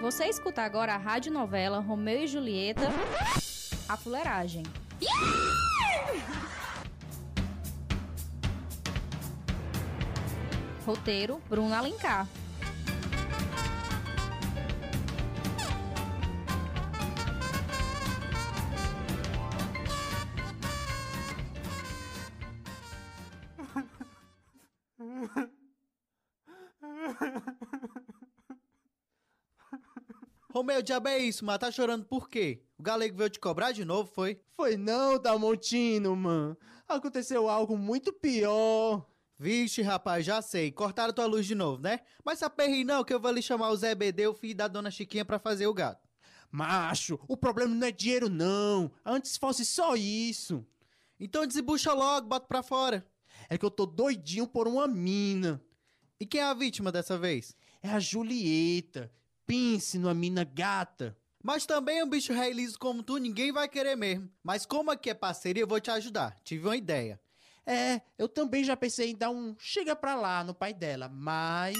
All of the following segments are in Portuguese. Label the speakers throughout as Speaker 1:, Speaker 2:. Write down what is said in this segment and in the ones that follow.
Speaker 1: Você escuta agora a rádio novela Romeu e Julieta, A Fuleiragem. Roteiro, Bruna Alencar.
Speaker 2: Romeu, diabo é isso, mas tá chorando por quê? O galego veio te cobrar de novo, foi?
Speaker 3: Foi não, Dalmontino, man. Aconteceu algo muito pior.
Speaker 2: Vixe, rapaz, já sei. Cortaram tua luz de novo, né? Mas se aperre não, que eu vou ali chamar o Zé BD, o filho da dona Chiquinha, pra fazer o gato.
Speaker 3: Macho, o problema não é dinheiro, não. Antes fosse só isso.
Speaker 2: Então desembucha logo, bota pra fora.
Speaker 3: É que eu tô doidinho por uma mina.
Speaker 2: E quem é a vítima dessa vez?
Speaker 3: É a Julieta. Pense numa mina gata.
Speaker 2: Mas também um bicho rei liso como tu, ninguém vai querer mesmo. Mas como aqui é parceria, eu vou te ajudar. Tive uma ideia.
Speaker 3: É, eu também já pensei em dar um chega pra lá no pai dela, mas.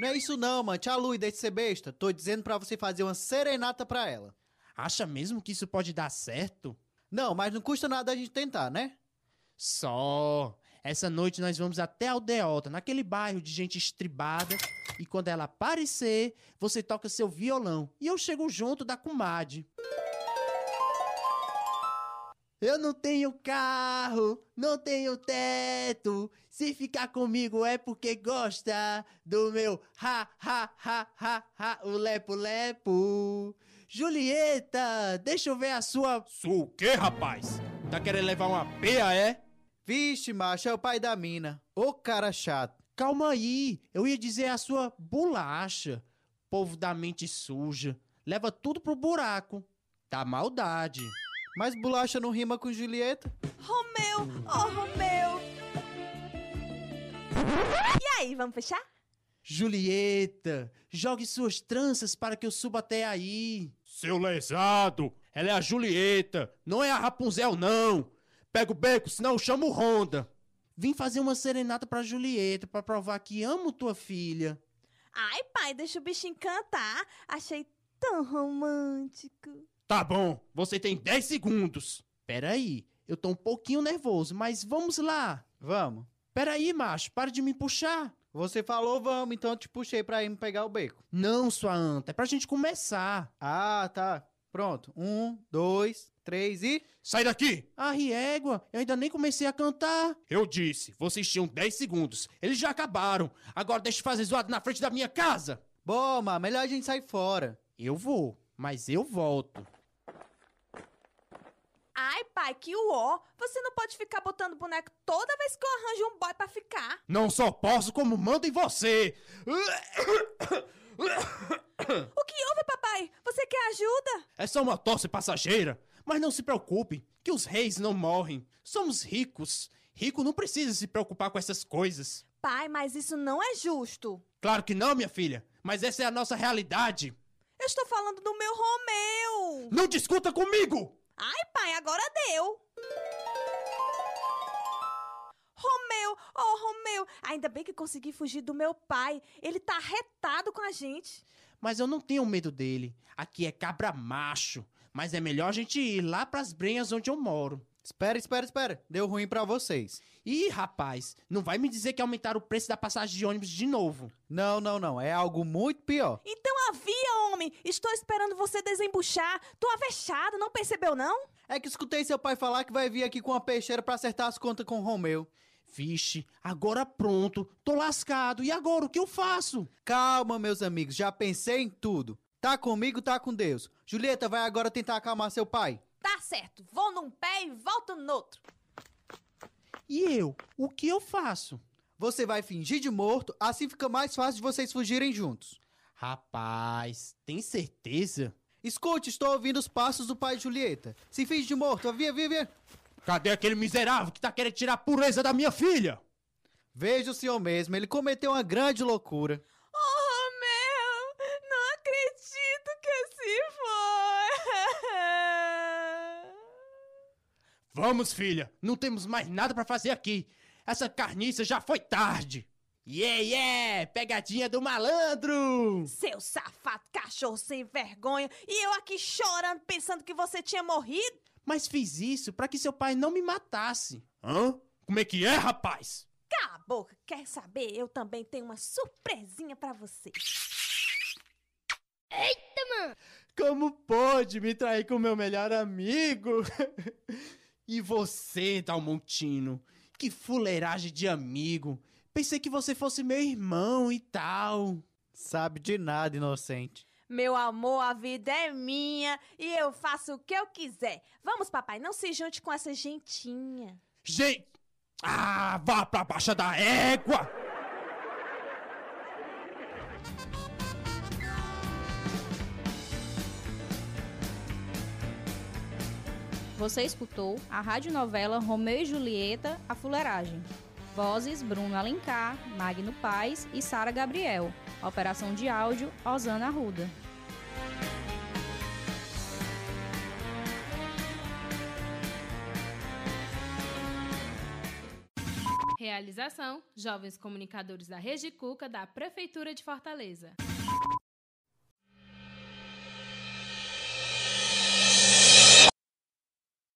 Speaker 2: Não é isso não, mano. Tchau, Luiz, deixa de ser besta. Tô dizendo pra você fazer uma serenata pra ela.
Speaker 3: Acha mesmo que isso pode dar certo?
Speaker 2: Não, mas não custa nada a gente tentar, né?
Speaker 3: Só! Essa noite nós vamos até a aldeota, naquele bairro de gente estribada. E quando ela aparecer, você toca seu violão. E eu chego junto da comadre. Eu não tenho carro, não tenho teto. Se ficar comigo é porque gosta do meu ha ha ha ha ha, o lepo lepo. Julieta, deixa eu ver a sua. Sua o quê, rapaz? Tá querendo levar uma peia, é?
Speaker 2: Vixe, macho, é o pai da mina. Ô cara chato.
Speaker 3: Calma aí, eu ia dizer a sua bolacha. Povo da mente suja, leva tudo pro buraco. Tá maldade.
Speaker 2: Mas bolacha não rima com Julieta?
Speaker 4: Romeu, oh Romeu! E aí, vamos fechar?
Speaker 3: Julieta, jogue suas tranças para que eu suba até aí. Seu lesado, ela é a Julieta, não é a Rapunzel, não. Pega o beco, senão eu chamo o Honda. Vim fazer uma serenata pra Julieta, pra provar que amo tua filha.
Speaker 4: Ai, pai, deixa o bichinho cantar. Achei tão romântico.
Speaker 3: Tá bom, você tem 10 segundos. Peraí, eu tô um pouquinho nervoso, mas vamos lá.
Speaker 2: Vamos.
Speaker 3: Peraí, macho, para de me puxar.
Speaker 2: Você falou vamos, então eu te puxei pra ir me pegar o beco.
Speaker 3: Não, sua anta, é pra gente começar.
Speaker 2: Ah, tá. Pronto. Um, dois, três e.
Speaker 5: Sai daqui!
Speaker 3: Ah, Riégua, eu ainda nem comecei a cantar.
Speaker 5: Eu disse, vocês tinham 10 segundos. Eles já acabaram. Agora deixa eu fazer zoado na frente da minha casa!
Speaker 2: Bom, mas melhor a gente sair fora.
Speaker 3: Eu vou, mas eu volto.
Speaker 4: Ai, pai, que uó! Você não pode ficar botando boneco toda vez que eu arranjo um boy pra ficar.
Speaker 5: Não só posso, como mando em você!
Speaker 4: O que houve, papai? Você quer ajuda?
Speaker 5: É só uma tosse passageira. Mas não se preocupe, que os reis não morrem. Somos ricos. Rico não precisa se preocupar com essas coisas.
Speaker 4: Pai, mas isso não é justo.
Speaker 5: Claro que não, minha filha, mas essa é a nossa realidade.
Speaker 4: Eu estou falando do meu Romeu.
Speaker 5: Não discuta comigo!
Speaker 4: Ai, pai, agora deu. Romeu, oh Romeu, ainda bem que consegui fugir do meu pai. Ele tá retado com a gente.
Speaker 3: Mas eu não tenho medo dele. Aqui é cabra macho. Mas é melhor a gente ir lá pras brenhas onde eu moro.
Speaker 2: Espera, espera, espera. Deu ruim pra vocês.
Speaker 3: Ih, rapaz, não vai me dizer que aumentaram o preço da passagem de ônibus de novo.
Speaker 2: Não, não, não. É algo muito pior.
Speaker 4: Então havia, homem! Estou esperando você desembuchar. Tô avexada, não percebeu, não?
Speaker 2: É que escutei seu pai falar que vai vir aqui com uma peixeira pra acertar as contas com o Romeu.
Speaker 3: Vixe, agora pronto, tô lascado. E agora o que eu faço?
Speaker 2: Calma, meus amigos, já pensei em tudo. Tá comigo, tá com Deus. Julieta vai agora tentar acalmar seu pai.
Speaker 4: Tá certo, vou num pé e volto no outro.
Speaker 3: E eu? O que eu faço?
Speaker 2: Você vai fingir de morto, assim fica mais fácil de vocês fugirem juntos.
Speaker 3: Rapaz, tem certeza?
Speaker 2: Escute, estou ouvindo os passos do pai de Julieta. Se finge de morto, via, via, via.
Speaker 5: Cadê aquele miserável que tá querendo tirar a pureza da minha filha?
Speaker 2: Veja o senhor mesmo, ele cometeu uma grande loucura.
Speaker 4: Oh, Romeu! Não acredito que assim foi!
Speaker 5: Vamos, filha,
Speaker 3: Não temos mais nada pra fazer aqui. Essa carniça já foi tarde. Yeah, yeah! Pegadinha do malandro!
Speaker 4: Seu safado cachorro sem vergonha. E eu aqui chorando, pensando que você tinha morrido.
Speaker 3: Mas fiz isso pra que seu pai não me matasse. Hã? Como é que é, rapaz?
Speaker 4: Cala a boca, quer saber? Eu também tenho uma surpresinha pra você.
Speaker 3: Como pôde me trair com meu melhor amigo? e você, Dalmontino? Que fuleiragem de amigo! Pensei que você fosse meu irmão e tal.
Speaker 2: Sabe de nada, inocente.
Speaker 4: Meu amor, a vida é minha e eu faço o que eu quiser. Vamos, papai, não se junte com essa gentinha.
Speaker 3: Gente! Ah, vá pra baixa da égua!
Speaker 1: Você escutou a radionovela Romeu e Julieta, A Fuleiragem. Vozes Bruno Alencar, Magno Paz e Sara Gabriel. Operação de áudio Osana Arruda.
Speaker 6: Realização: Jovens Comunicadores da Rede Cuca da Prefeitura de Fortaleza.